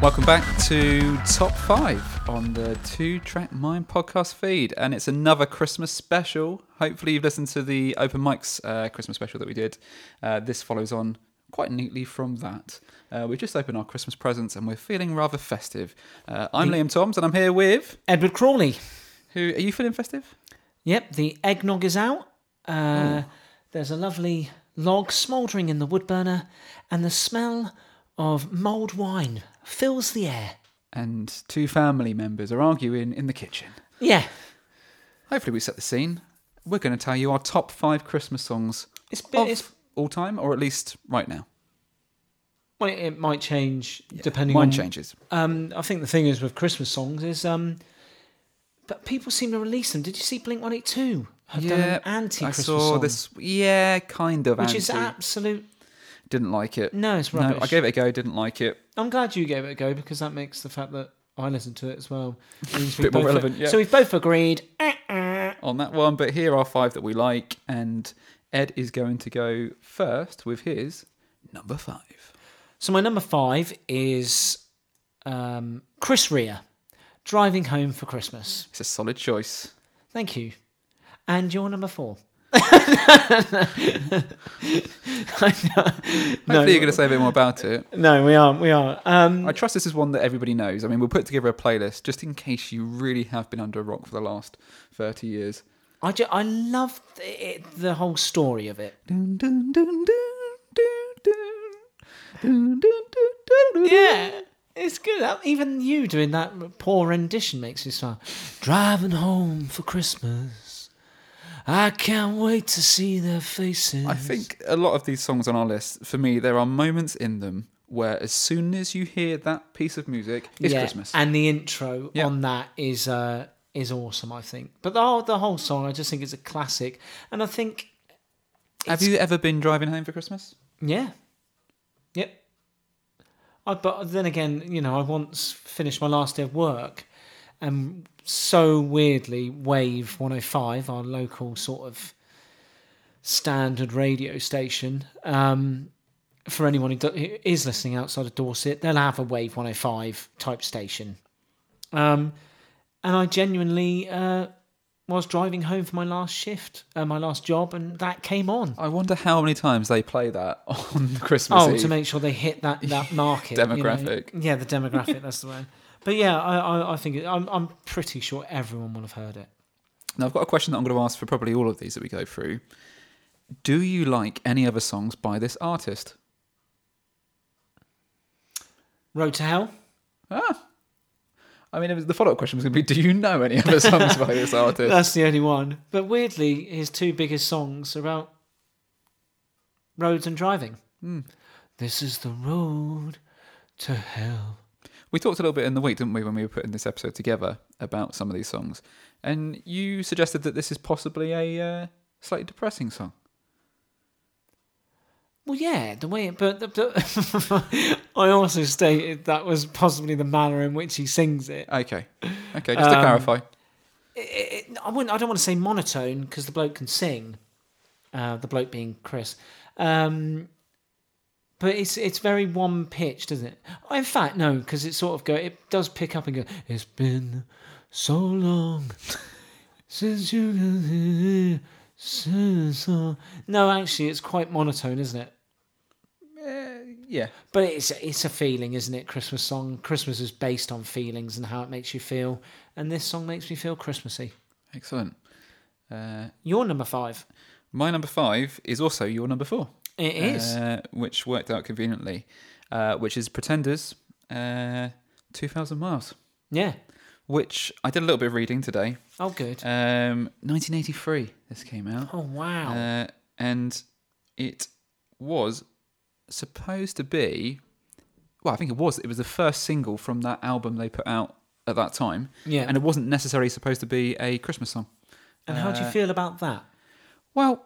Welcome back to Top 5 on the Two Track Mind podcast feed. And it's another Christmas special. Hopefully, you've listened to the open mics uh, Christmas special that we did. Uh, this follows on quite neatly from that. Uh, we just opened our Christmas presents and we're feeling rather festive. Uh, I'm Liam Toms and I'm here with. Edward Crawley. Who Are you feeling festive? Yep, the eggnog is out. Oh. Uh, there's a lovely log smouldering in the wood burner, and the smell of mulled wine fills the air. And two family members are arguing in the kitchen. Yeah, Hopefully, we set the scene. We're going to tell you our top five Christmas songs It's been- of it's- all time, or at least right now. well, it, it might change depending Mine on. changes. Um, I think the thing is with Christmas songs is, um, but people seem to release them. Did you see Blink One Eight Two have done an I anti-Christmas saw song, this. Yeah, kind of. which anti. is absolute. Didn't like it. No, it's rubbish. I gave it a go. Didn't like it. I'm glad you gave it a go because that makes the fact that I listened to it as well. means we Bit more both- relevant, yeah. So we've both agreed. Eh, on that one. But here are five that we like, and Ed is going to go first with his number five. So my number five is um, Chris Rea, driving home for Christmas. It's a solid choice. Thank you. And your number four. Hopefully, you're going to say a bit more about it. No, we are. We are. Um, I trust this is one that everybody knows. I mean, we'll put together a playlist just in case you really have been under a rock for the last 30 years. I, ju- I love the, it, the whole story of it. Dun, dun, dun, dun, dun, dun. Dun, dun, dun, dun, dun. Yeah, it's good. That- Even you doing that poor rendition makes me smile. Driving home for Christmas. I can't wait to see their faces. I think a lot of these songs on our list, for me, there are moments in them where as soon as you hear that piece of music, it's Christmas. And the intro Yeah. on that is uh, is awesome, I think. But the whole, the whole song, I just think it's a classic. And I think, Have you ever been driving home for Christmas? yeah, yep. I, but then again, you know, I once finished my last day of work, and so weirdly, Wave One Hundred Five, our local sort of standard radio station. Um, for anyone who, do, who is listening outside of Dorset, they'll have a Wave 105 type station. Um, and I genuinely uh, was driving home for my last shift, uh, my last job, and that came on. I wonder how many times they play that on Christmas Oh, Eve. to make sure they hit that, that market you know. Demographic. Yeah, the demographic. that's the way. But yeah, I, I, I think it, I'm, I'm pretty sure everyone will have heard it. now, I've got a question that I'm going to ask for probably all of these that we go through. Do you like any other songs by this artist? Road to Hell. I mean, it was- the follow-up question was going to be, do you know any other songs by this artist? That's the only one. But weirdly, his two biggest songs are about roads and driving. This is the road to hell. We talked a little bit in the week, didn't we, when we were putting this episode together about some of these songs, and you suggested that this is possibly a uh, slightly depressing song. Well, yeah, the way it, but the, the- I also stated that was possibly the manner in which he sings it. Okay, okay, just to clarify, It- it- it- I wouldn't. I don't want to say monotone because the bloke can sing. Uh, the bloke being Chris, um, but it's it's very one pitched, isn't it? In fact, no, because it sort of go. It does pick up and go. It's been so long since you. were here, so- so-" No, actually, it's quite monotone, isn't it? yeah, But it's it's a feeling, isn't it? Christmas song. Christmas is based on feelings and how it makes you feel, and this song makes me feel Christmassy. excellent. Uh, You're number five. my number five is also your number four. It is. uh, which worked out conveniently, uh, which is Pretenders, uh, 2,000 Miles, yeah. which I did a little bit of reading today. Oh, good. Um, 1983, this came out. oh, wow. Uh, and it was supposed to be, well, I think it was, it was the first single from that album they put out at that time. Yeah. And it wasn't necessarily supposed to be a Christmas song. and how do you feel about that? Well,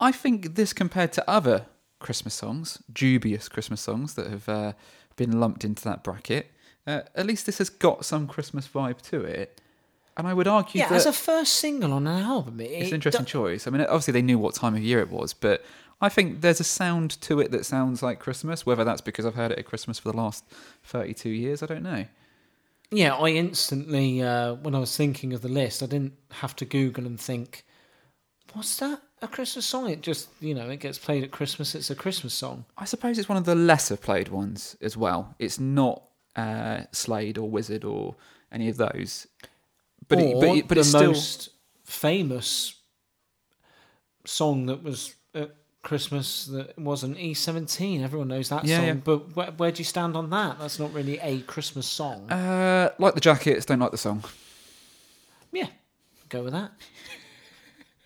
I think this compared to other Christmas songs, dubious Christmas songs that have uh, been lumped into that bracket, uh, at least this has got some Christmas vibe to it. And I would argue Yeah, that as a first single on an album, it, it's it an interesting do- choice. I mean, obviously they knew what time of year it was, but I think there's a sound to it that sounds like Christmas. Whether that's because I've heard it at Christmas for the last 32 years, I don't know. Yeah, I instantly, uh, when I was thinking of the list, I didn't have to Google and think, what's that? A Christmas song? It just, you know, it gets played at Christmas. It's a Christmas song. I suppose it's one of the lesser played ones as well. It's not uh, Slade or Wizard or any of those. But it, but, Or it, but the it's still most famous song that was at Christmas that wasn't E17. Everyone knows that Yeah, song. yeah. But where, where do you stand on that? That's not really a Christmas song. uh, like the jackets. Don't like the song. yeah, go with that.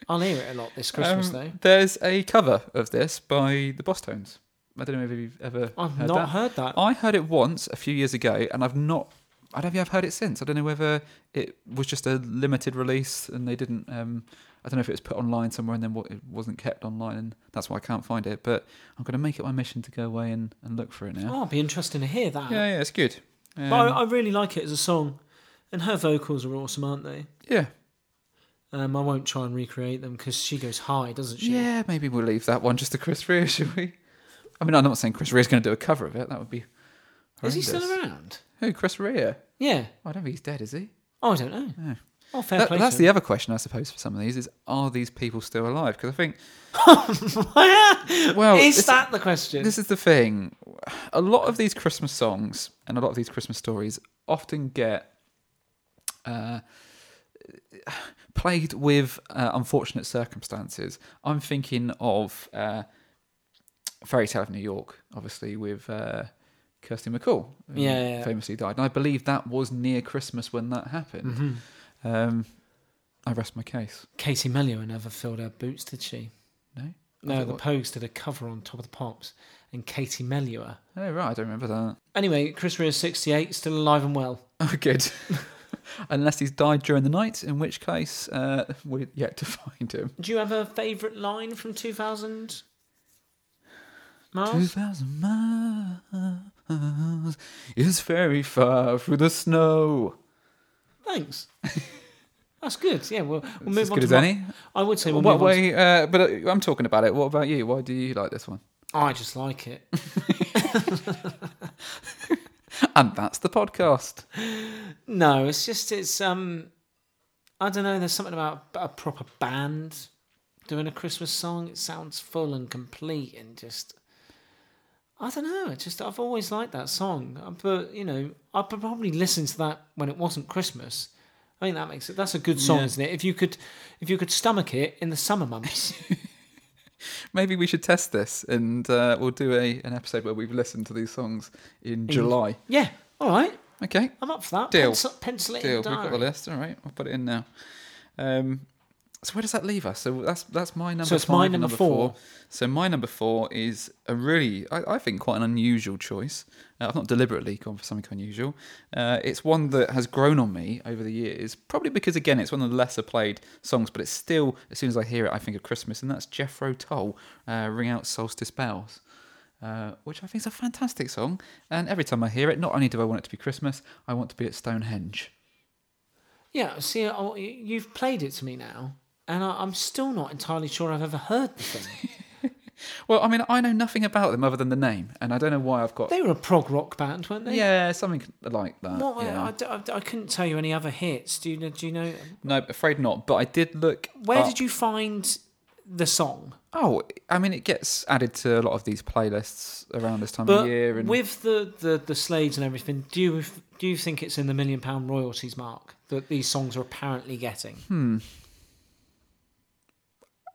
I'll hear it a lot this Christmas, Um, though. There's a cover of this by the Boss Tones. I don't know if you've ever I've heard not that. Oh, heard that. I heard it once a few years ago, and I've not. I don't think I've heard it since. I don't know whether it was just a limited release and they didn't. Um, I don't know if it was put online somewhere and then what, it wasn't kept online, and that's why I can't find it. But I'm going to make it my mission to go away and, and look for it Oh, now. I'll be interesting to hear that. Yeah, yeah, it's good. Um, Oh. But I, I really like it as a song, and her vocals are awesome, aren't they? yeah, Um, I won't try and recreate them because she goes high, doesn't she? yeah. Maybe we'll leave that one just to Chris Rea, shall we? I mean, I'm not saying Chris Rea's going to do a cover of it. That would be. Is he still horrendous. around? Who, Chris Rea? Yeah. I don't think he's dead, is he? Oh, I don't know. Oh, fair That, play. that's to the other question, I suppose, for some of these is are these people still alive? Because I think, him. well, is Oh, this- that the question? This is the thing. A lot of these Christmas songs and a lot of these Christmas stories often get uh, played with uh, unfortunate circumstances. I'm thinking of uh, Fairy Tale of New York, obviously, with uh, Kirsty McCall, who Yeah, yeah, yeah. famously died. And I believe that was near Christmas when that happened. Mm-hmm. Um, I rest my case. Casey Melua never filled her boots, did she? No? No, thought the what- Pogues did a cover on Top of the Pops, and Katie Melua. Oh, right. I don't remember that. Anyway, Chris Rea, 68, still alive and well. Oh, good. Unless he's died during the night, in which case uh, we're yet to find him. Do you have a favourite line from Two 2000? Miles? thousand miles is very far through the snow. Thanks. That's good. Yeah, well, we'll move It's as on good to as my- any. I would say we'll What move on to- way? Uh, but uh, I'm talking about it. What about you? Why do you like this one? I just like it. And that's the podcast. No, it's just it's um, I don't know. There's something about a proper band doing a Christmas song. It sounds full and complete and just. I don't know. It just I've always liked that song, Uh, but you know I would probably listen to that when it wasn't Christmas. I think that makes it. That's a good song, Yeah. isn't it? If you could, if you could stomach it in the summer months. Maybe we should test this, and uh, we'll do a an episode where we've listened to these songs in July. yeah. All right. Okay, I'm up for that. Deal. Pencil, pencil it in. deal. the We've got the diary. list. All right, I'll put it in now. Um, so where does that leave us? So that's that's my number. So it's five my and number four. So my number four is a really, I, I think, quite an unusual choice. Uh, I've not deliberately gone for something unusual. Uh, it's one that has grown on me over the years, probably because again, it's one of the lesser played songs, but it's still, as soon as I hear it, I think of Christmas, and that's Jethro Tull, uh, "Ring Out Solstice Bells." Uh, which I think is a fantastic song, and every time I hear it, not only do I want it to be Christmas, I want to be at Stonehenge. Yeah, see, I- you've played it to me now, and I, I'm still not entirely sure I've ever heard the thing. Well, I mean, I know nothing about them other than the name, and I don't know why I've got. they were a prog rock band, weren't they? yeah, something like that. What, yeah. I, I- I couldn't tell you any other hits. Do you know? Do you know? No, afraid not. But I did look. Where did you find the song? Oh, I mean, it gets added to a lot of these playlists around this time But of year. And with the, the, the slaves and everything, do you do you think it's in the million pound royalties mark that these songs are apparently getting? Hmm.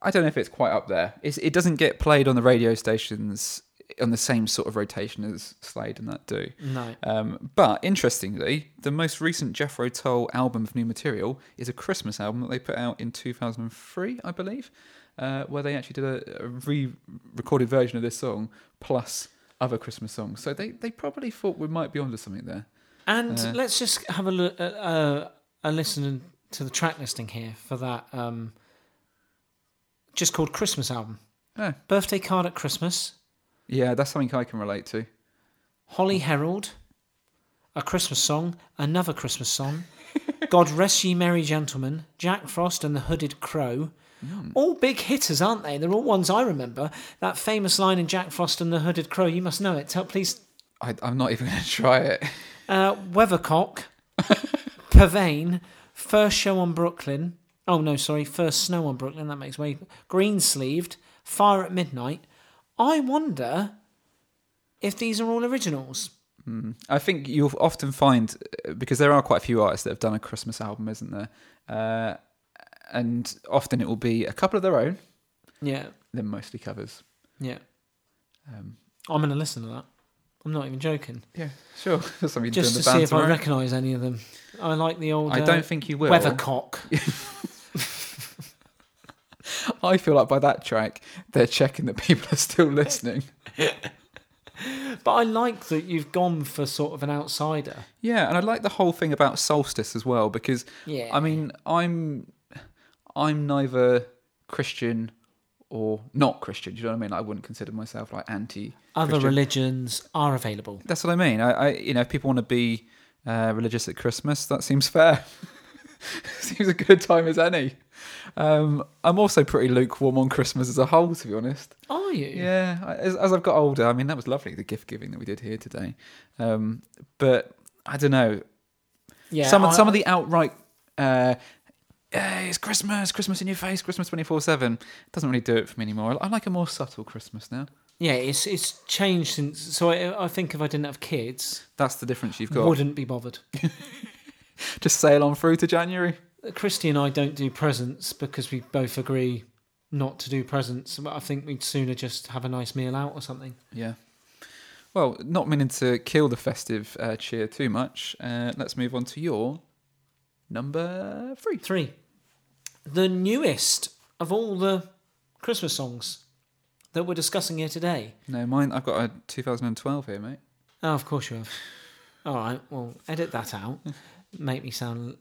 I don't know if it's quite up there. It's, it doesn't get played on the radio stations on the same sort of rotation as Slade and that do. No. Um, but interestingly, the most recent Jethro Tull album of new material is a Christmas album that they put out in 2003, I believe, uh, where they actually did a, a re-recorded version of this song plus other Christmas songs. So they, they probably thought we might be onto something there. And Uh. let's just have a look, uh, uh, a listen to the track listing here for that. Um, just called Christmas album. Oh. Birthday card at Christmas. Yeah, that's something I can relate to. Holly Herald. A Christmas song. Another Christmas song. God Rest Ye Merry Gentlemen, Jack Frost and the Hooded Crow. All big hitters, aren't they? They're all ones I remember. That famous line in Jack Frost and the Hooded Crow, you must know it. Tell, please. I, I'm not even going to try it. Uh, Weathercock, Pavane, First Show on Brooklyn. Oh, no, sorry. First Snow on Brooklyn. That makes way. Greensleeved, Fire at Midnight. I wonder if these are all originals. I think you'll often find uh, because there are quite a few artists that have done a Christmas album, isn't there? Uh, and often it will be a couple of their own, Yeah, then mostly covers. yeah. Um, I'm going to listen to that. I'm not even joking. yeah, sure. That's something doing Just to the see band if I tomorrow. recognise any of them. I like the old. I uh, don't think you will. Weathercock. I feel like by that track, they're checking that people are still listening. but I like that you've gone for sort of an outsider. Yeah, and I like the whole thing about solstice as well because Yeah. I mean, I'm I'm neither Christian or not Christian. Do you know what I mean? I wouldn't consider myself like anti. Other religions are available. That's what I mean. I, I you know, if people want to be uh, religious at Christmas, that seems fair. seems a good time as any. Um, I'm also pretty lukewarm on Christmas as a whole, to be honest. Are you? Yeah, I- as, as I've got older, I mean, that was lovely, the gift giving that we did here today. Um, but I don't know. Yeah, some, I, some of the outright, uh, "Hey, it's Christmas, Christmas in your face, Christmas 24 7 doesn't really do it for me anymore. I like a more subtle Christmas now. yeah, it's it's changed since. So I, I think if I didn't have kids, That's the difference you've got. wouldn't be bothered. Just sail on through to January. Christy and I don't do presents because we both agree not to do presents. But I think we'd sooner just have a nice meal out or something. Yeah. Well, not meaning to kill the festive uh, cheer too much, uh, let's move on to your number three. Three, the newest of all the Christmas songs that we're discussing here today. No, mine, I've got a 2012 here, mate. Oh, of course you have. All right, well, edit that out. Make me sound.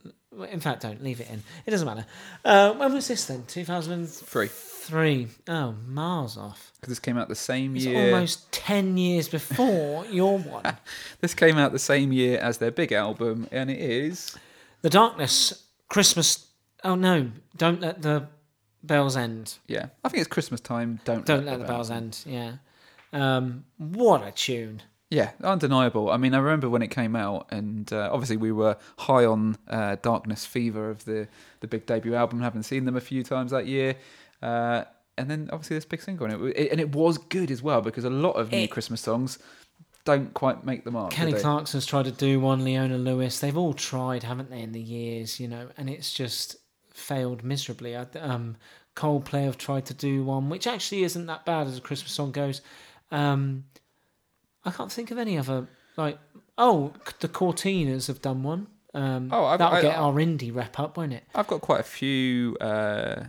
In fact, don't leave it in. It doesn't matter. Uh, when was this then? Two thousand Three. three. Oh, miles off. Because this came out the same It's year. almost ten years before your one. This came out the same year as their big album, and it is. The Darkness, Christmas. Oh no! Don't let the bells end. Yeah, I think it's Christmas time. Don't Don't let the bells end. Yeah. Um, what a tune. Yeah, undeniable. I mean, I remember when it came out, and uh, obviously we were high on uh, Darkness Fever of the the big debut album. Having seen them a few times that year, uh, and then obviously this big single, and it, wa- it and it was good as well because a lot of new It- Christmas songs don't quite make the mark. do Kenny they? Clarkson's tried to do one, Leona Lewis. They've all tried, haven't they, in the years, you know, and it's just failed miserably. I, um, Coldplay have tried to do one, which actually isn't that bad as a Christmas song goes. Um, I can't think of any other, like, oh, c- the Cortinas have done one. Um, Oh, I've- that'll I- get our indie rep up, won't it? I've got quite a few uh,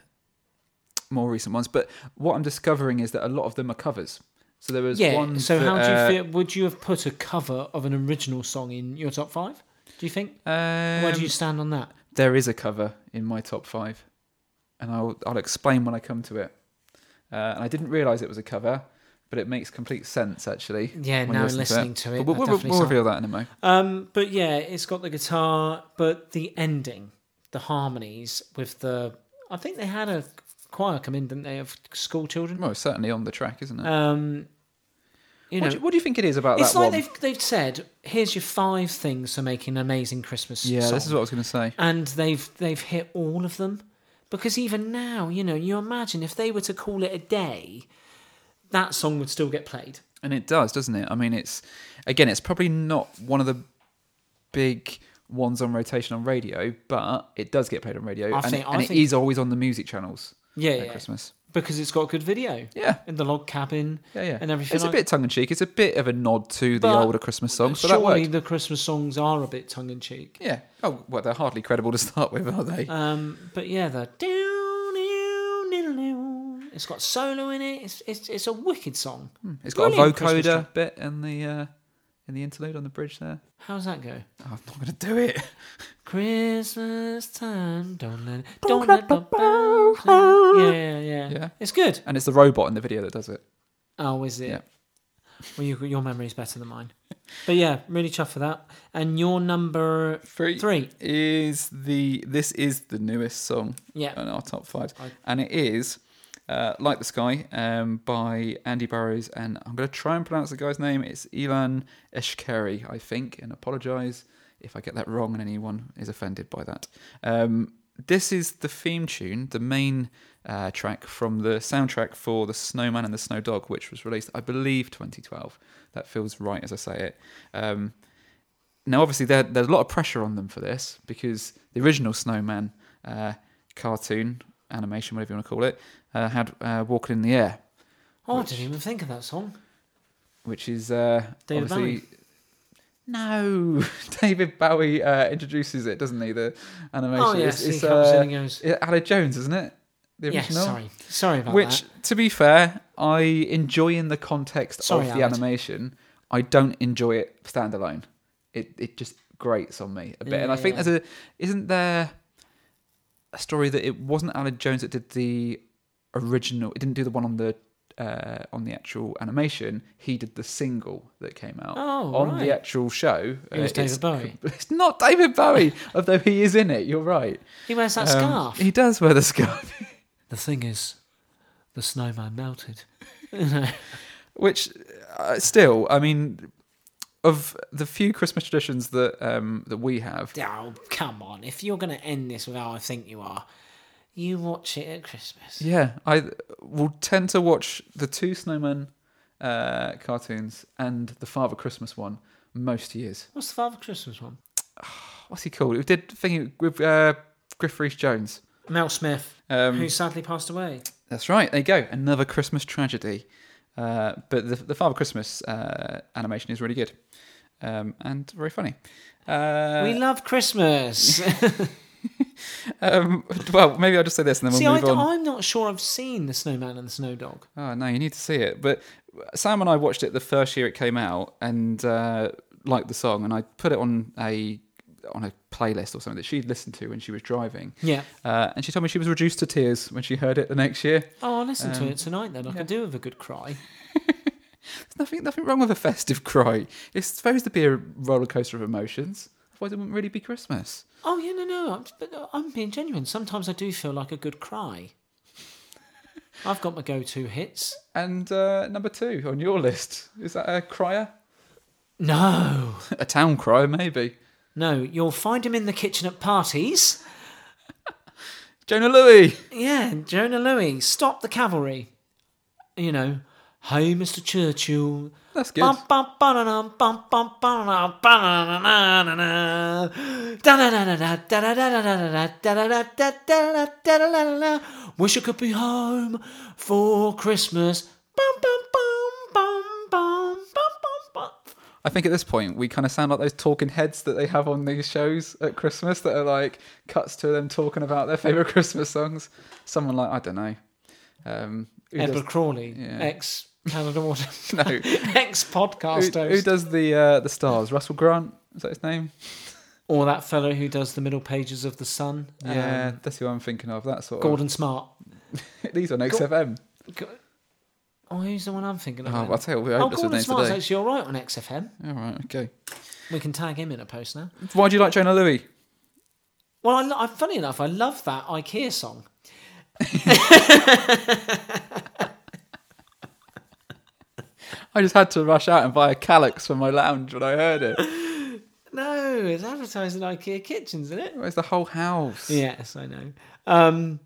more recent ones, but what I'm discovering is that a lot of them are covers. So there was Yeah. one. So, that, how do uh, you feel? Would you have put a cover of an original song in your top five? Do you think? Where do um, you stand on that? There is a cover in my top five, and I'll I'll explain when I come to it. Uh, and I didn't realise it was a cover, but it makes complete sense actually. Yeah, when you now listen listening to it, But we'll, that we'll- definitely we'll sound- reveal that in a moment. Um, but yeah, it's got the guitar, but the ending, the harmonies with the. I think they had a choir come in, didn't they, of school children? Well, it's certainly on the track, isn't it? Um, you know, what, do you, what do you think it is about it's that like one? they've they've said, "Here's your five things for making an amazing Christmas Yeah, song," this is what I was going to say. and they've they've hit all of them. Because even now, you know, you imagine if they were to call it a day, that song would still get played. And it does, doesn't it? I mean, it's again, it's probably not one of the big ones on rotation on radio, but it does get played on radio, I and, think- it, I and it think- is always on the music channels Yeah, at yeah. Christmas. because it's got a good video Yeah, in the log cabin yeah, yeah. and everything. it's a like bit tongue in cheek. It's a bit of a nod to the But- older Christmas songs, but that Surely worked. the Christmas songs are a bit tongue in cheek. Yeah. Oh, well, they're hardly credible to start with, are they? Um, but yeah, the it's got solo in it. It's it's, it's a wicked song. it's got a brilliant Christmas vocoder bit in the uh, in the interlude on the bridge there. How's that go? Oh, I'm not going to do it. Christmas time, don't let it, don't let the bells ring. yeah, yeah yeah Yeah. It's good. And it's the robot in the video that does it. Oh, is it? Yeah. Well, you, your memory is better than mine. But yeah, really chuffed for that. And your number Three, three. is the this is the newest song Yeah. on our top five, I- and it is uh, "Like the Sky" um, by Andy Burrows, and I'm going to try and pronounce the guy's name. It's Elan Eshkeri, I think, and apologise if I get that wrong and anyone is offended by that. Um, this is the theme tune, the main uh, track from the soundtrack for The Snowman and the Snow Dog, which was released, I believe, 2012. That feels right as I say it. Um, now, obviously, there, there's a lot of pressure on them for this because the original Snowman uh, cartoon, animation, whatever you want to call it, uh, had uh, Walking in the Air, Oh, I didn't even think of that song. which is uh, David obviously. No, David Bowie uh, introduces it, doesn't he? The animation. Oh, yes. it's, it's, he comes in uh, and goes, yeah, Alec Jones, isn't it? The yeah, original. sorry. Sorry about Which, that. to be fair, I enjoy in the context Sorry, of the Aled. animation. I don't enjoy it standalone. It it just grates on me a bit, and I think Yeah. there's a isn't there a story that it wasn't Alan Jones that did the original. It didn't do the one on the uh, on the actual animation. He did the single that came out Oh, on right. the actual show. It was Uh, David it's- Bowie. It's not David Bowie, although he is in it. You're right. He wears that Um, scarf. He does wear the scarf. The thing is, the snowman melted. which uh, still i mean of the few christmas traditions that um that we have Oh, come on. If you're going to end this with how I think you are, you watch it at Christmas. yeah i will tend to watch the two snowmen uh cartoons and the father christmas one most years What's the Father Christmas one? what's he called who did thing with uh griff reese jones Mel Smith, um who sadly passed away. That's right. There you go. Another Christmas tragedy. Uh, but the, the Father Christmas uh, animation is really good um, and very funny. Uh, we love Christmas. um, well, maybe I'll just say this and then See, we'll I, move on. am not sure I've seen the Snowman and the Snow Dog. Oh no, you need to see it. But Sam and I watched it the first year it came out and uh, liked the song, and I put it on a on a playlist or something that she'd listened to when she was driving. Yeah. Uh, and she told me she was reduced to tears when she heard it the next year. Oh, I'll listen to Um, it tonight then. I yeah. could do with a good cry. There's nothing nothing wrong with a festive cry. It's supposed to be a roller coaster of emotions. Otherwise, it wouldn't really be Christmas. Oh yeah, no, no. I'm, but uh, I'm being genuine. Sometimes I do feel like a good cry. I've got my go-to hits. And uh, number two on your list is that a crier, No, a town crier maybe. no. You'll find him in the kitchen at parties. Jonah Louis. Yeah, Jonah Louis. Stop the cavalry. You know, hey, Mr. Churchill. That's good. Bum, bum, ba-da-dum, bum, bum, ba-da-dum, ba-da-da-da-da-da. Da-da-da-da-da, da-da-da-da-da-da, da-da-da-da-da-da-da-da-da-da. Wish I could be home for Christmas. Bum, bum, bum, bum, bum, bum, bum, bum. I think at this point we kind of sound like those talking heads that they have on these shows at Christmas that are like cuts to them talking about their favorite Christmas songs. Someone like I don't know. Um, who does- Edward Crawley, yeah. ex Canada Water, no, ex podcast who, who host, does the uh, the stars? Russell Grant is that his name? or that fellow who does the middle pages of the Sun. Yeah, um, Uh, that's who I'm thinking of. That sort Gordon Smart. of. These on XFM. Go- Oh, who's the one I'm thinking Oh, of? well, then? I'll tell you, we oh, hope that's the Gordon name Smart's today. actually all right on XFM. All right, okay. We can tag him in a post now. Why do you like Jonah Louis? Well, I, lo- I, funny enough, I love that IKEA song. I just had to rush out and buy a calyx for my lounge when I heard it. No, it's advertising IKEA kitchens, isn't it? It's the whole house. Yes, I know. Um,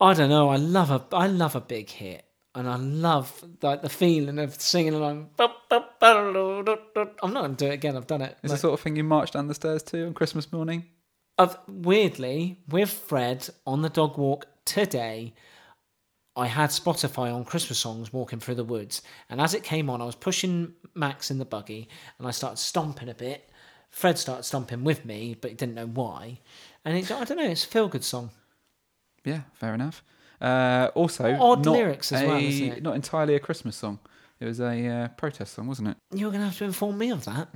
I don't know. I love a I love a big hit, and I love like the feeling of singing along. I'm not going to do it again. I've done it. It's Like- the sort of thing you march down the stairs to on Christmas morning. of weirdly with Fred on the dog walk today. I had Spotify on Christmas songs walking through the woods, and as it came on, I was pushing Max in the buggy, and I started stomping a bit. Fred started stomping with me, but he didn't know why. And it, I don't know, it's a feel good song. Yeah, fair enough. Uh, also, Odd not lyrics as a, well, isn't it? Not entirely a Christmas song. It was a uh, protest song, wasn't it? You're going to have to inform me of that.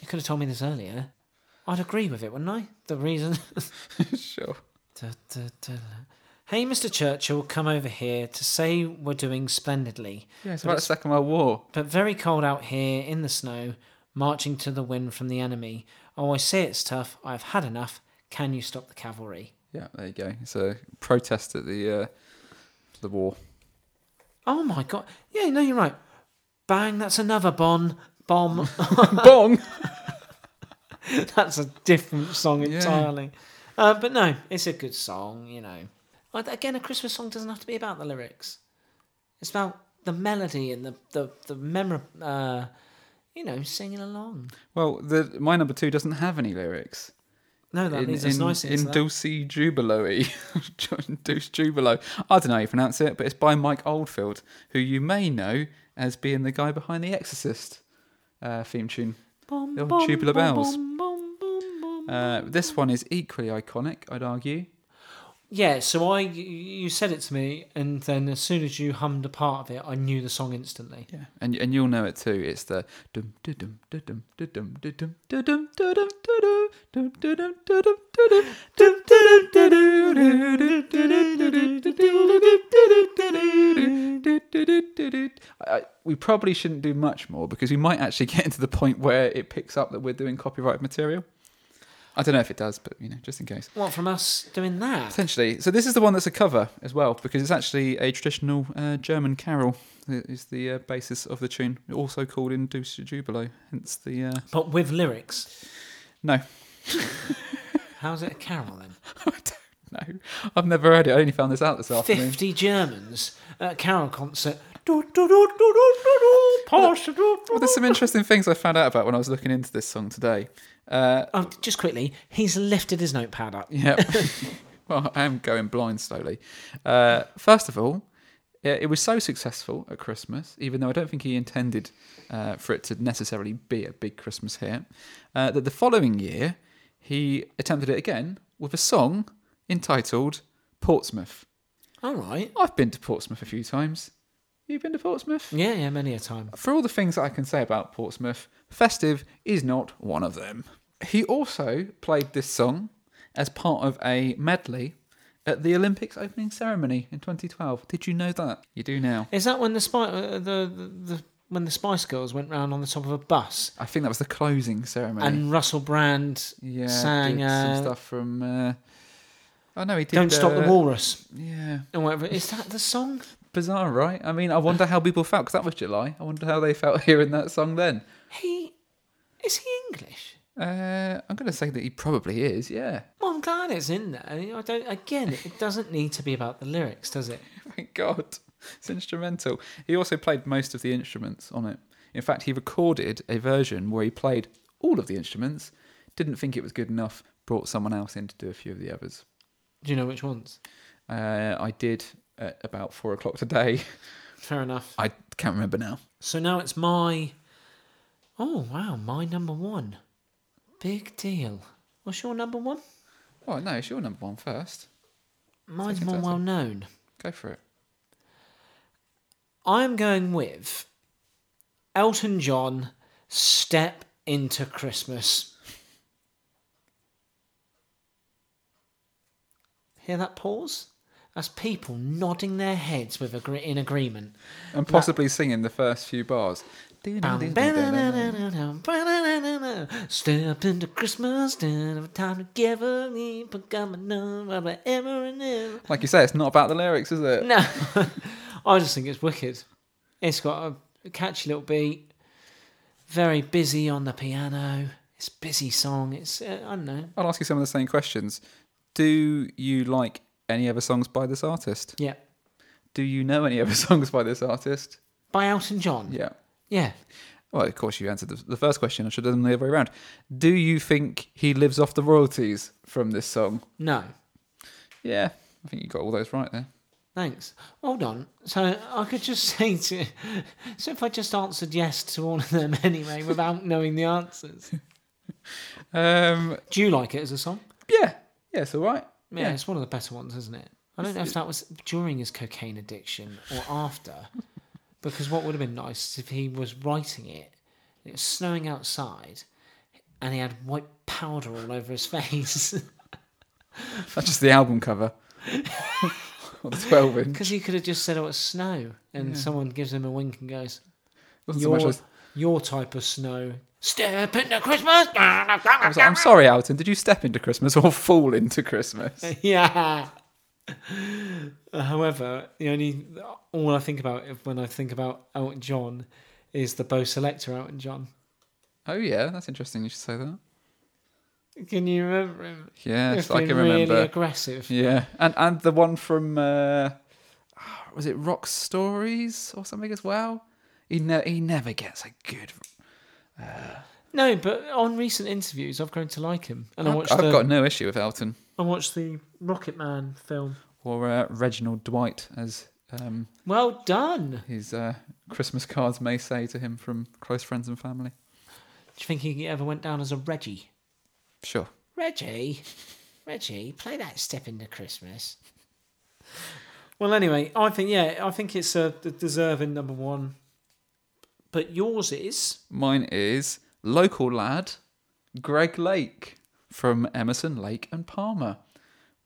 You could have told me this earlier. I'd agree with it, wouldn't I? The reason. sure. Da, da, da, da. Hey, Mr. Churchill, come over here to say we're doing splendidly, Yeah, it's about the Second World War. but very cold out here in the snow, marching to the wind from the enemy. Oh, I say it's tough. I've had enough. Can you stop the cavalry? Yeah, there you go. It's a protest at the uh, the war. Oh my god. Yeah, no, you're right. Bang, that's another bon bomb. Bong. that's a different song Yeah. entirely. Uh, but no, it's a good song, you know. Like, Again, a Christmas song doesn't have to be about the lyrics. It's about the melody and the the the memor uh, you know, singing along. Well, the, my number two doesn't have any lyrics. No, that in leads us in, nicely. in into that. Dulce Jubilo. Dulce Jubilo. I don't know how you pronounce it, but it's by Mike Oldfield, who you may know as being the guy behind the Exorcist uh, theme tune. Bum, the old bum, tubular bum, bells. bum, bum, bum, bum. Uh, this one is equally iconic, I'd argue. Yeah, so I you said it to me, and then as soon as you hummed a part of it, I knew the song instantly. Yeah, and and you'll know it too. It's the dum dum dum dum dum dum dum dum dum dum dum dum dum dum dum dum we probably shouldn't do much more because we might actually get into the point where it picks up that we're doing copyrighted material. I don't know if it does, but you know, just in case. What from us doing that? Potentially. So this is the one that's a cover as well, because it's actually a traditional uh, German carol that is the uh, basis of the tune, also called Induce Jubilo, hence the... Uh, But with lyrics. no, How's it a carol then? no, I've never heard it. I only found this out this afternoon. 50 Germans at a carol concert. Do, do, do, do, do, do, do, pass, do, do, Well, do. there's some interesting things I found out about when I was looking into this song today. Uh, Oh, just quickly, he's lifted his notepad up. yeah. well, I am going blind slowly. Uh, first of all, it it was so successful at Christmas, even though I don't think he intended uh, for it to necessarily be a big Christmas hit, uh, that the following year he attempted it again with a song entitled Portsmouth. All right. I've been to Portsmouth a few times. You've been to Portsmouth? Yeah, yeah, many a time. For all the things that I can say about Portsmouth, Festive is not one of them. He also played this song as part of a medley at the Olympics opening ceremony in 2012. Did you know that? You do now. Is that when the, spy, uh, the, the, the when the Spice Girls went round on the top of a bus I think that was the closing ceremony. and Russell Brand yeah, sang did uh, some stuff from. Uh, oh no, he did. "Don't Stop the uh, Walrus" Yeah, or whatever? Is that the song? bizarre, right? I mean, I wonder how people felt because that was July. I wonder how they felt hearing that song then. He is he English? Uh, I'm going to say that he probably is. Yeah. Well, I'm glad it's in there. I don't. Again, it doesn't need to be about the lyrics, does it? Thank God. It's instrumental. He also played most of the instruments on it. In fact, he recorded a version where he played all of the instruments, didn't think it was good enough, brought someone else in to do a few of the others. Do you know which ones? Uh, I did at about four o'clock today. Fair enough. I can't remember now. So now it's my. Oh wow, my number one. Big deal. What's your number one? Oh, no, it's your number one first. Mine's Second, more third. well known. Go for it. I'm going with Elton John. Step into Christmas. Hear that pause? That's people nodding their heads with agree- in agreement. And possibly singing the first few bars. Bum, ba-da-da-da-da-da, ba-da-da-da-da. Step into Christmas, then have time together, we become another forever and ever. Like you say, it's not about the lyrics, is it? No, I just think it's wicked. It's got a catchy little beat, very busy on the piano. It's a busy song. It's uh, I don't know. I'll ask you some of the same questions. Do you like any other songs by this artist? Yeah, Do you know any other songs by this artist? by Elton John. Yeah. yeah. Well, of course, you answered the, the first question. I should have done the other way around. Do you think he lives off the royalties from this song? No, Yeah, I think you got all those right there. Thanks. Hold on. So I could just say to. So if I just answered yes to all of them anyway without knowing the answers. Um, Do you like it as a song? yeah, yeah, it's all right. Yeah, Yeah. it's one of the better ones, isn't it? I don't know if that was during his cocaine addiction or after. because what would have been nice is if he was writing it, and it was snowing outside, and he had white powder all over his face. That's just the album cover. or the 12 inch. Because he could have just said, "Oh, it's snow," and Yeah. someone gives him a wink and goes, Wasn't so "Your much as- your type of snow." Step into Christmas. I was like, I'm sorry, Alton. Did you step into Christmas or fall into Christmas? yeah. Uh, However, the only all I think about if- when I think about Elton John is the bow selector Elton John. Oh yeah, that's interesting. You should say that. Can you remember him? Yeah, It's I can really remember. aggressive. Yeah, and and the one from uh, was it Rock Stories or something as well? He ne- he never gets a good. No, but on recent interviews, I've grown to like him, and I I've, watched I've the got no issue with Elton I watched the Rocket Man film. or uh, Reginald Dwight, as um, Well done. his uh, Christmas cards may say to him from close friends and family. Do you think he ever went down as a Reggie? Sure. Reggie, Reggie, play that step into Christmas. Well, anyway, I think yeah, I think it's a d- deserving number one. But yours is Mine is local lad Greg Lake from Emerson, Lake and Palmer.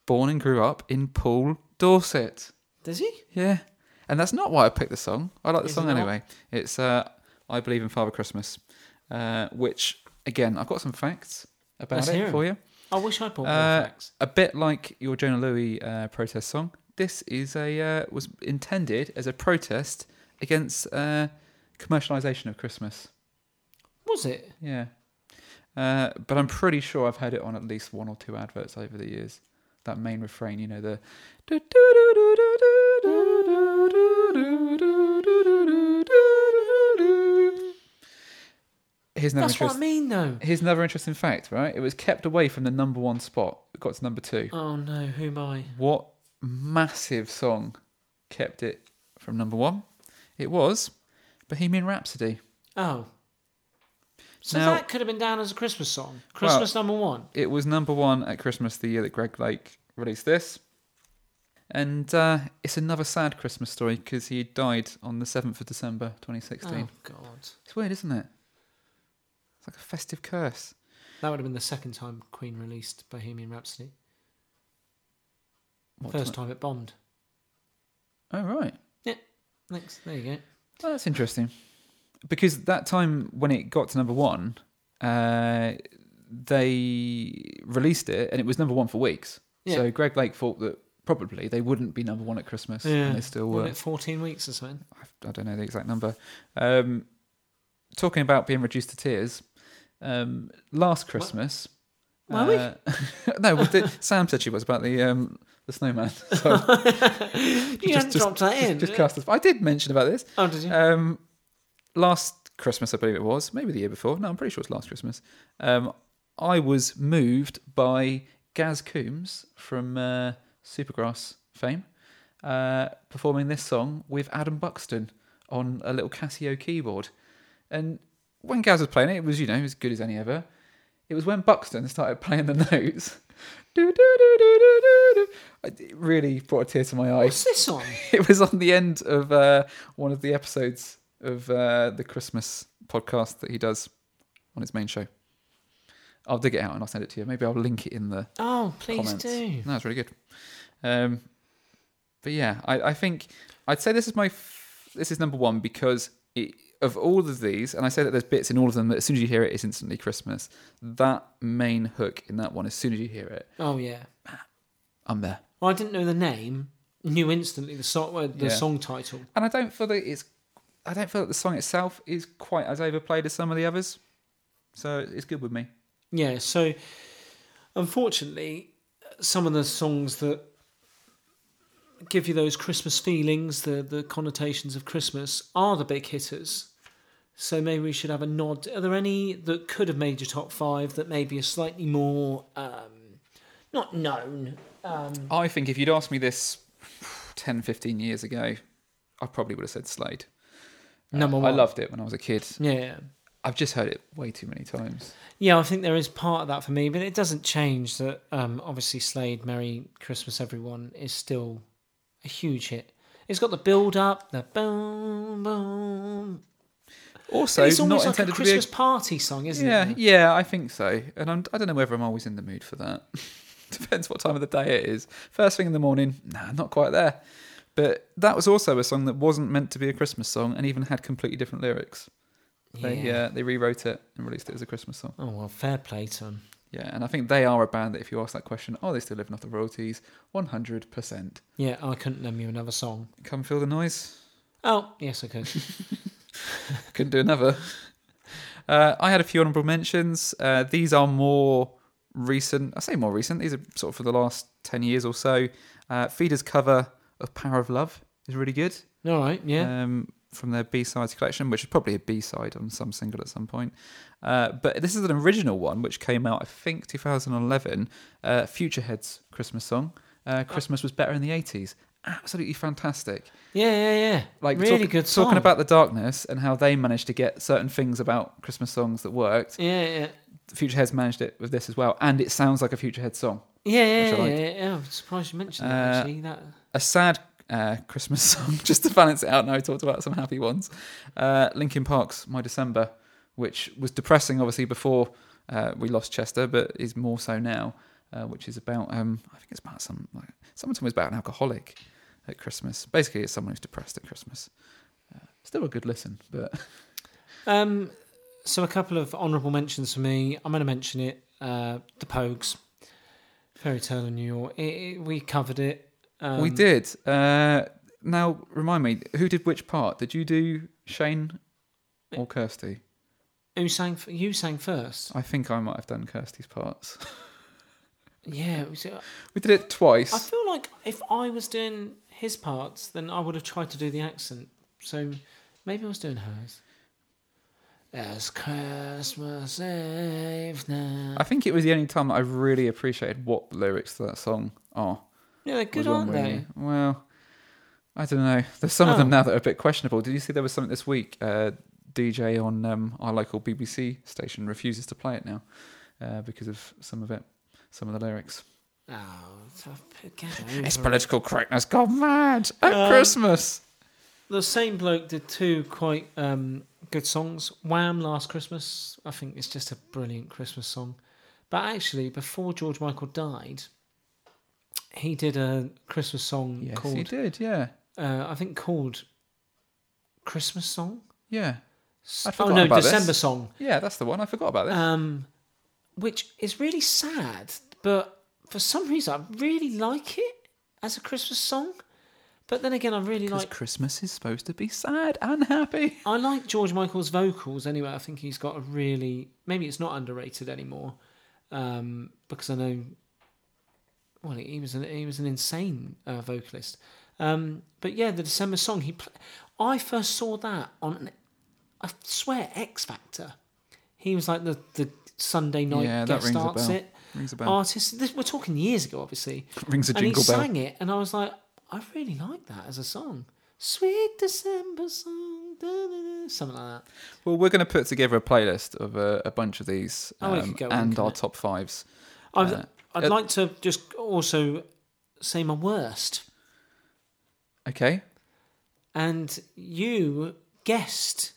Born and grew up in Poole, Dorset. does he? Yeah. And that's not why I picked the song. I like the Is it song not? anyway. It's uh, I Believe in Father Christmas, uh, which, again, I've got some facts about Let's hear it 'em. for you. I wish I bought more Uh, facts. A bit like your Jonah Louis uh, protest song, this is a uh, was intended as a protest against uh, commercialisation of Christmas. Was it? Yeah. Uh, but I'm pretty sure I've had it on at least one or two adverts over the years. That main refrain, you know, the. Here's another, That's what I interest- mean, though. here's another interesting fact, right? It was kept away from the number one spot. It got to number two. Oh no, who am I? What massive song kept it from number one? It was Bohemian Rhapsody. Oh, so Now- that could have been down as a Christmas song. Christmas number one. it was number one at Christmas the year that Greg Lake released this. And uh, it's another sad Christmas story because he died on the 7th of December 2016. Oh God, It's weird, isn't it? It's like a festive curse. that would have been the second time Queen released Bohemian Rhapsody. What First time it bombed. Oh, right. Yeah. Thanks. There you go. Well, that's interesting. Because that time when it got to number one, uh, they released it and it was number one for weeks. Yeah. So Greg Lake thought that probably they wouldn't be number one at Christmas. And they still Wasn't were. it 14 weeks or something. I- I don't know the exact number. Um, talking about being reduced to tears, um, last Christmas. Were we? we? no, we did, Sam said she was about the um, the snowman. So You hadn't dropped that just- in. Just cast us. I did mention about this. oh, did you? Um, last Christmas, I believe it was, maybe the year before. No, I'm pretty sure it's last Christmas. Um, I was moved by Gaz Coombs from uh, Supergrass fame uh, performing this song with Adam Buxton on a little Casio keyboard. And when Gaz was playing it, it was, you know, as good as any ever. It was when Buxton started playing the notes. Do, do, do, do, do, do, do. It really brought a tear to my eye What's this on? it was on the end of uh, one of the episodes of uh, the Christmas podcast that he does on his main show. I'll dig it out and I'll send it to you. Maybe I'll link it in the Oh, please comments. do. No, it's really good. Um, but yeah, I, I think I'd say this is my f- this is number one because it, of all of these, and I say that there's bits in all of them that as soon as you hear it, it's instantly Christmas. That main hook in that one, as soon as you hear it, Oh, yeah. I'm there. Well, I didn't know the name. Knew instantly the song, uh, the Yeah. song title. and I don't feel that it's I don't feel that the song itself is quite as overplayed as some of the others. So it's good with me. Yeah. So, unfortunately, some of the songs that give you those Christmas feelings, the the connotations of Christmas, are the big hitters. So maybe we should have a nod. Are there any that could have made your top five that maybe are slightly more um, not known? Um, I think if you'd asked me this 10, 15 years ago, I probably would have said Slade. Uh, Number I one. loved it when I was a kid. Yeah. I've just heard it way too many times. Yeah, I think there is part of that for me, but it doesn't change that um, obviously Slade, Merry Christmas Everyone is still a huge hit. It's got the build up, the boom, boom. Also, So it's not almost like a intended Christmas to party song, be isn't a. Yeah, it? yeah, I think so. And I'm, I don't know whether I'm always in the mood for that. Depends what time of the day it is. First thing in the morning, nah, not quite there. But that was also a song that wasn't meant to be a Christmas song and even had completely different lyrics. They uh, they rewrote it and released it as a Christmas song. Oh well, fair play to 'em. Yeah, and I think they are a band that if you ask that question, are they still living off the royalties? One hundred percent. Yeah, I couldn't name you another song. Come feel the noise. Oh, yes, I could. Couldn't do another. Uh, I had a few honourable mentions. Uh, these are more recent. I say more recent. These are sort of for the last ten years or so. Uh, Feeder's cover of "Power of Love" is really good. All right, yeah. um, from their B sides collection, which is probably a B side on some single at some point. Uh, but this is an original one which came out, I think, 2011. Uh, Futurehead's Christmas song. Uh, Christmas was better in the 80s. Absolutely fantastic. yeah, yeah, yeah. Like really talk- good song. talking about the darkness and how they managed to get certain things about Christmas songs that worked. yeah, yeah, Futurehead's managed it with this as well, and it sounds like a Futurehead song. yeah, yeah, Which I yeah, liked. yeah, yeah. I'm surprised you mentioned that. Uh, Actually, that a sad uh, Christmas song just to balance it out. Now we talked about some happy ones. Uh, Linkin Park's "My December," which was depressing, obviously before uh, we lost Chester, but is more so now. Uh, which is about um, I think it's about some like, someone told me it's about an alcoholic at Christmas. Basically, it's someone who's depressed at Christmas. Uh, still a good listen, but Um, so a couple of honourable mentions for me. I'm going to mention it. Uh, the Pogues, Fairy Tale in New York. It, it, we covered it. Um, we did. Uh, now remind me, who did which part? Did you do Shane or Kirsty? Who sang? f- You sang first. I think I might have done Kirsty's parts. Yeah. it was- uh, I We did it twice. feel like if I was doing his parts, then I would have tried to do the accent. So maybe I was doing hers. It's Christmas Eve now. I think it was the only time that I really appreciated what the lyrics to that song are. yeah, they're was good, when aren't we- they? Well, I don't know. There's some of them Oh. now that are a bit questionable. Did you see there was something this week? Uh, DJ on um, our local BBC station refuses to play it now uh, because of some of it, some of the lyrics. Oh, it's- get It's over it. political correctness gone mad at Um, Christmas. The same bloke did two quite um, good songs. Wham! Last Christmas. I think it's just a brilliant Christmas song. But actually, before George Michael died, he did a Christmas song Yes, he called, did. Yeah, uh, I think, called Christmas Song. yeah, S- I'd Oh forgotten no, about December this. Song, yeah. That's the one. I forgot about this. um, which is really sad. But for some reason, I really like it as a Christmas song. But then again, I really Because like Christmas is supposed to be sad and happy. I like George Michael's vocals anyway. I think he's got a really maybe it's not underrated anymore um, because I know. Well, he was an, he was an insane uh, vocalist, um, but yeah, the December song he. Pl- I first saw that on, an, I swear, X Factor. He was like the the Sunday night Yeah, that guest rings a arts bell. it Rings a bell. artist. This, we're talking years ago, obviously Rings a Oh, and he jingle bell. sang it, and I was like, I really like that as a song. Sweet December song, da, da, da, something like that. Well, we're going to put together a playlist of uh, a, a bunch of these um, Oh, we could go on, and couldn't our it? top fives. I'd, Uh, I'd uh, like to just also say my worst, Okay. and you guessed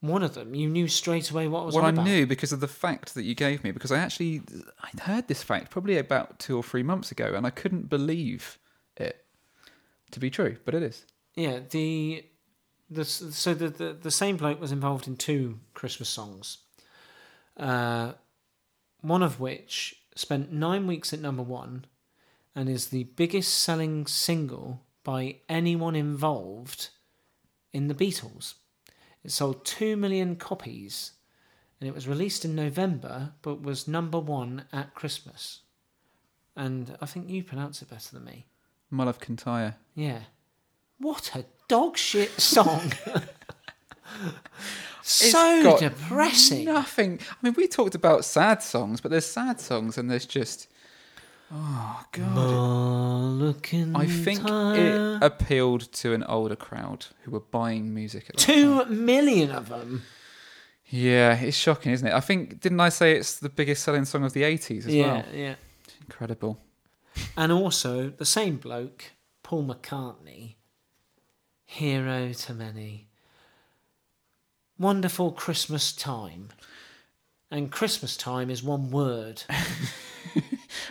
one of them. You knew straight away what I was well, on I about. knew because of the fact that you gave me, because I actually I heard this fact probably about two or three months ago, and I couldn't believe it to be true, but it is. Yeah, the the so the, the the same bloke was involved in two Christmas songs. Uh, one of which spent nine weeks at number one, and is the biggest selling single by anyone involved in the Beatles. It sold two million copies, and it was released in November, but was number one at Christmas. And I think you pronounce it better than me. My love Kintyre. Yeah. What a dog shit song. so got depressing. Nothing. I mean, we talked about sad songs, but there's sad songs, and there's just oh god. Looking I think it appealed to an older crowd who were buying music at that two million of them. Yeah, it's shocking, isn't it? I think didn't I say it's the biggest selling song of the eighties as yeah, well? yeah. Incredible. And also the same bloke, Paul McCartney, hero to many. Wonderful Christmas time. And Christmas time is one word.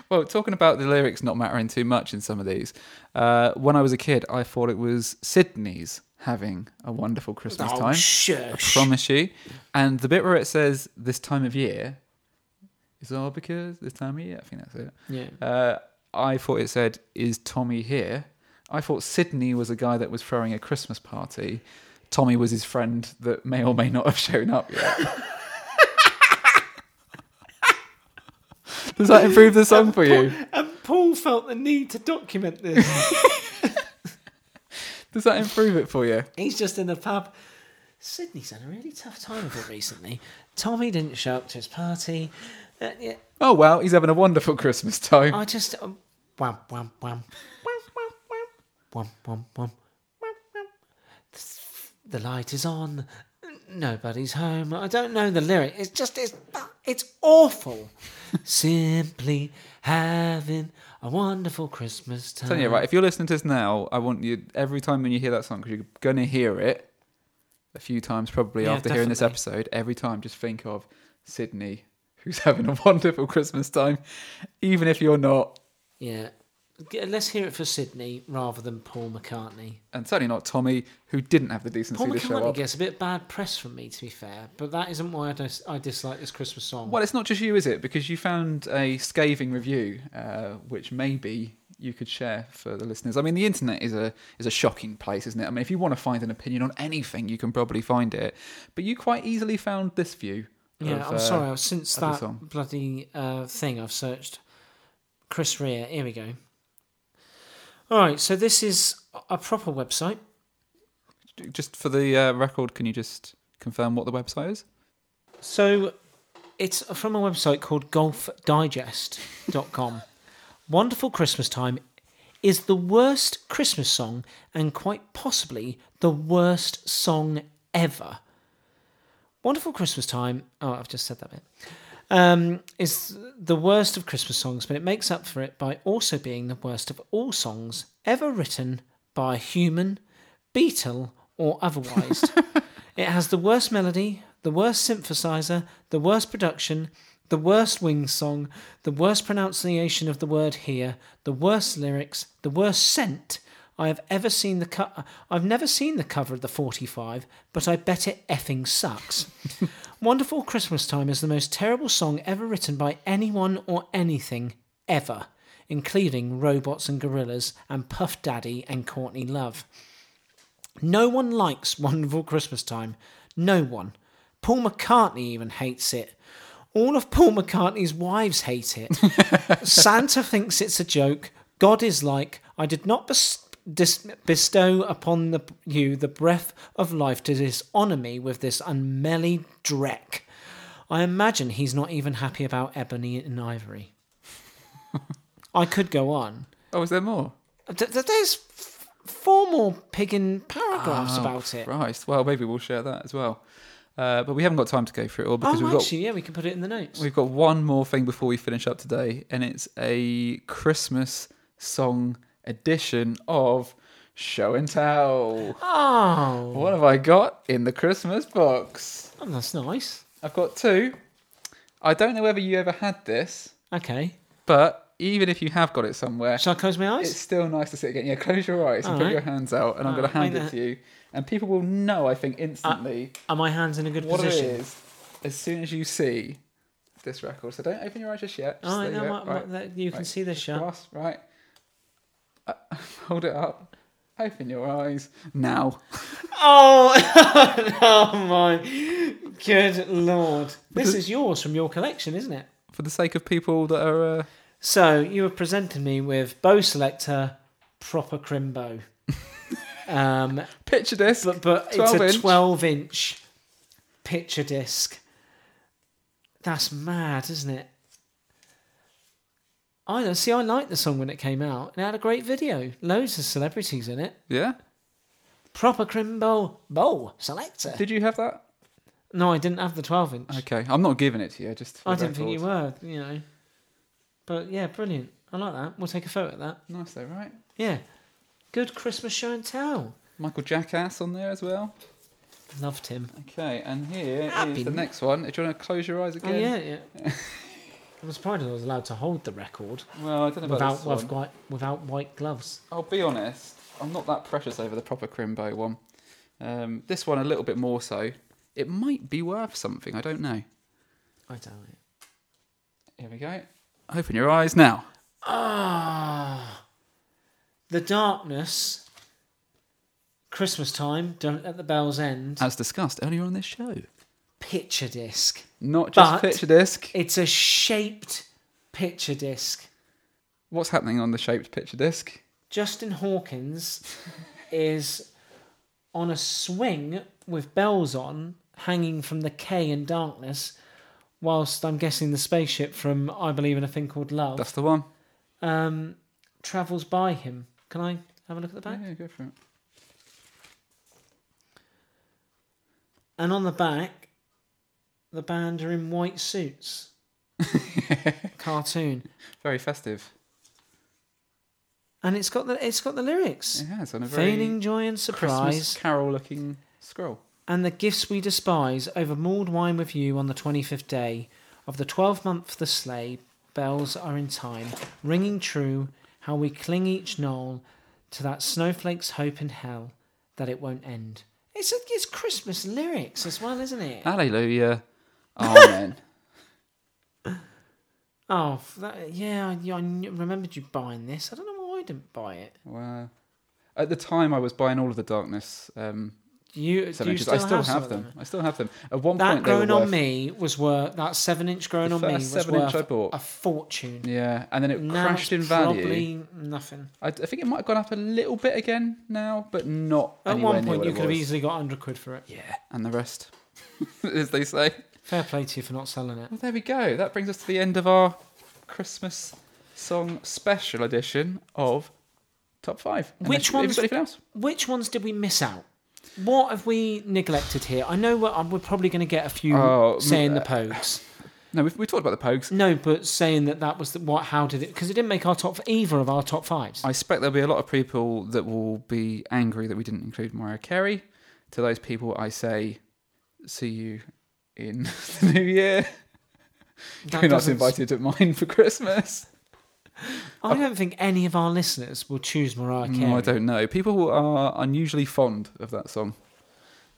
Well, talking about the lyrics not mattering too much in some of these, uh, when I was a kid, I thought it was Sydney's having a wonderful Christmas Oh, time. shush. promise you. And the bit where it says this time of year, it's all because this time of year. I think that's it. Yeah. Uh, I thought it said, "Is Tommy here?" I thought Sydney was a guy that was throwing a Christmas party. Tommy was his friend that may or may not have shown up yet. Does that improve the song for you? And Paul felt the need to document this. Does that improve it for you? He's just in the pub. Sydney's had a really tough time of it recently. Tommy didn't show up to his party. Uh, yeah, Oh well, he's having a wonderful Christmas time. I just um, wham wham wham wham wham wham wham. The light is on. Nobody's home. I don't know the lyric. It's just it's it's awful. Simply having a wonderful Christmas time. telling you, right, if you're listening to this now, I want you every time when you hear that song, because you're gonna hear it a few times probably Yeah, after hearing this episode. Every time, just think of Sydney, who's having a wonderful Christmas time, even if you're not, Yeah. G- Let's hear it for Sydney rather than Paul McCartney. and certainly not Tommy, who didn't have the decency Paul to show McCartney up. gets a bit bad press from me, to be fair, but that isn't why I, dis- I dislike this Christmas song. Well, it's not just you, is it? Because you found a scathing review, uh, which maybe you could share for the listeners. I mean, the internet is a is a shocking place, isn't it? I mean, if you want to find an opinion on anything, you can probably find it. But you quite easily found this view. yeah, of, I'm uh, sorry. I've- Since of the that song. bloody uh, thing, I've searched Chris Rea. Here we go. All right, so this is a proper website. Just for the uh, record, can you just confirm what the website is? So it's from a website called golfdigest.com. Wonderful Christmas Time is the worst Christmas song and quite possibly the worst song ever. Wonderful Christmas Time. Oh, I've just said that bit. Um, is the worst of Christmas songs, but it makes up for it by also being the worst of all songs ever written by a human, beetle, or otherwise. It has the worst melody, the worst synthesizer, the worst production, the worst wing song, the worst pronunciation of the word here, the worst lyrics, the worst scent. I have ever seen the co- I've never seen the cover of the 45, but I bet it effing sucks. Wonderful Christmas Time is the most terrible song ever written by anyone or anything ever, including Robots and Gorillas and Puff Daddy and Courtney Love. No one likes Wonderful Christmas Time. No one. Paul McCartney even hates it. All of Paul McCartney's wives hate it. Santa thinks it's a joke. God is like, I did not bes- dis- bestow upon the- you the breath of life to dishonour me with this unmelly dreck. I imagine he's not even happy about Ebony and Ivory. I could go on. Oh, is there more? Th- th- There's f- four more pigging paragraphs Oh, about it. Christ. Well, maybe we'll share that as well. Uh, but we haven't got time to go through it all because Oh, we've got actually, yeah, we can put it in the notes. We've got one more thing before we finish up today, and it's a Christmas song edition of Show and Tell. Oh, What have I got in the Christmas box? oh, that's nice. I've got two. I don't know whether you ever had this, Okay. but even if you have got it somewhere, Shall I close my eyes? it's still nice to sit again. Yeah, close your eyes and All put right. your hands out, and I'm All going to right, hand like it that. to you. And people will know, I think, instantly Are my hands in a good what Uh, position? it is as soon as you see this record. So don't open your eyes just yet. Just All right, there now you go. Oh, my, my, Right. that- you can Right. see this shot. Grasp, right. Uh, hold it up. Open your eyes now. Oh, oh my good lord! This is yours from your collection, isn't it? For the sake of people that are. Uh... So you were presenting me with bow selector, proper crimbo. um, Picture this. but but it's 12 a inch. twelve inch picture disc. That's mad, isn't it? I know. See, I liked the song when it came out, and it had a great video. Loads of celebrities in it. Yeah? Proper crimbo bowl selector. Did you have that? No, I didn't have the twelve inch. Okay. I'm not giving it to you. Just for I the didn't think you record. were. You know, but yeah, brilliant. I like that. We'll take a photo of that. Nice though, right? Yeah, good Christmas show and tell. Michael Jackass on there as well. Loved him. Okay, and here is Happy- the next one. Do you want to close your eyes Oh again? yeah, yeah. I'm surprised I was allowed to hold the record Well, I don't know about without this with one. white, without white gloves. I'll be honest, I'm not that precious over the proper Crimbo one. Um, this one a little bit more so. It might be worth something, I don't know. I doubt it. Here we go. Open your eyes now. Ah, the darkness. Christmas time done at the bell's end. As discussed earlier on this show. picture disc. Not just But- picture disc. It's a shaped picture disc. What's happening on the shaped picture disc? Justin Hawkins is on a swing with bells on, hanging from the K in darkness, whilst I'm guessing the spaceship from I Believe in a Thing Called Love That's the one. um, travels by him. Can I have a look at the back? Yeah, go for it. And on the back, the band are in white suits. Cartoon. Very festive. And it's got the it's got the lyrics. It has on a very Feigning joy and surprise. Christmas carol looking scroll. and the gifts we despise over mulled wine with you on the 25th day of the 12th month the sleigh bells are in time ringing true how we cling each knoll to that snowflake's hope in hell that it won't end it's, it's christmas lyrics as well isn't Uh, it Hallelujah. Amen. oh f- that, yeah I, yeah, I kn- remembered you buying this i don't know why i didn't buy it wow. At the time, I was buying all of the darkness um, you, do seven you inches. still I still have, have, some of them. I still have them. At one that point, they were grown on worth- me was worth that seven inch grown The on me first was seven inch worth I bought. a fortune Yeah, and then it Now crashed in it's value. Probably nothing. I, I think it might have gone up a little bit again now, but not At anywhere one near point, what you it could have was. easily got 100 quid for it. Yeah, and the rest, as they say. Fair play to you for not selling it. Well, there we go. That brings us to the end of our Christmas song special edition of top five. Unless- have Which you ones- got Anything else? Which ones did we miss out? What have we neglected here? I know we're, uh, we're probably going to get a few Oh, saying mm, the uh, Pogues. No, we've, we talked about the Pogues. No, but saying that that was the, what? How did it? Because it didn't make our top either of our top fives. I expect there'll be a lot of people that will be angry that we didn't include Mariah Carey. To those people, I say, see you in the new year. That You're not doesn't- invited to mine for Christmas. I don't think any of our listeners will choose Mariah Carey. No, Mm, I don't know. People are unusually fond of that song.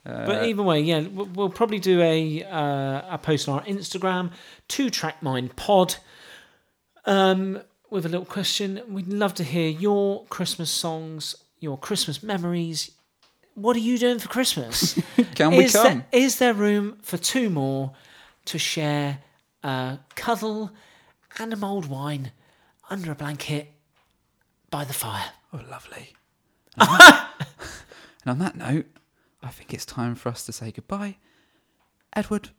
Uh, But either way, yeah, w- we'll probably do a uh, a post on our Instagram, two track mind pod, um, with a little question. We'd love to hear your Christmas songs, your Christmas memories. What are you doing for Christmas? can we is, come? there, is there room for two more to share a cuddle and a mulled wine under a blanket by the fire? Oh, lovely. And on, that, and on that note, I think it's time for us to say goodbye. Edward,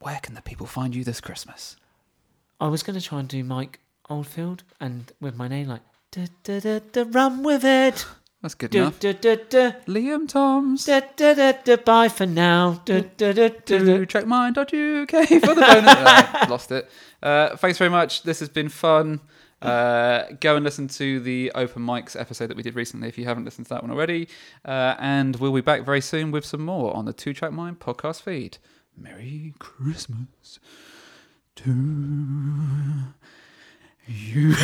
where can the people find you this Christmas? I was going to try and do Mike Oldfield and with my name like da da da da run with it. That's good Da enough. da da da Liam Toms. da da da da bye for now. Da da da da da. to trackmine.uk for the bonus. Uh, lost it. Uh, thanks very much. This has been fun. Uh, go and listen to the open mics episode that we did recently if you haven't listened to that one already. Uh, and we'll be back very soon with some more on the Two Track Mind podcast feed. Merry Christmas to you.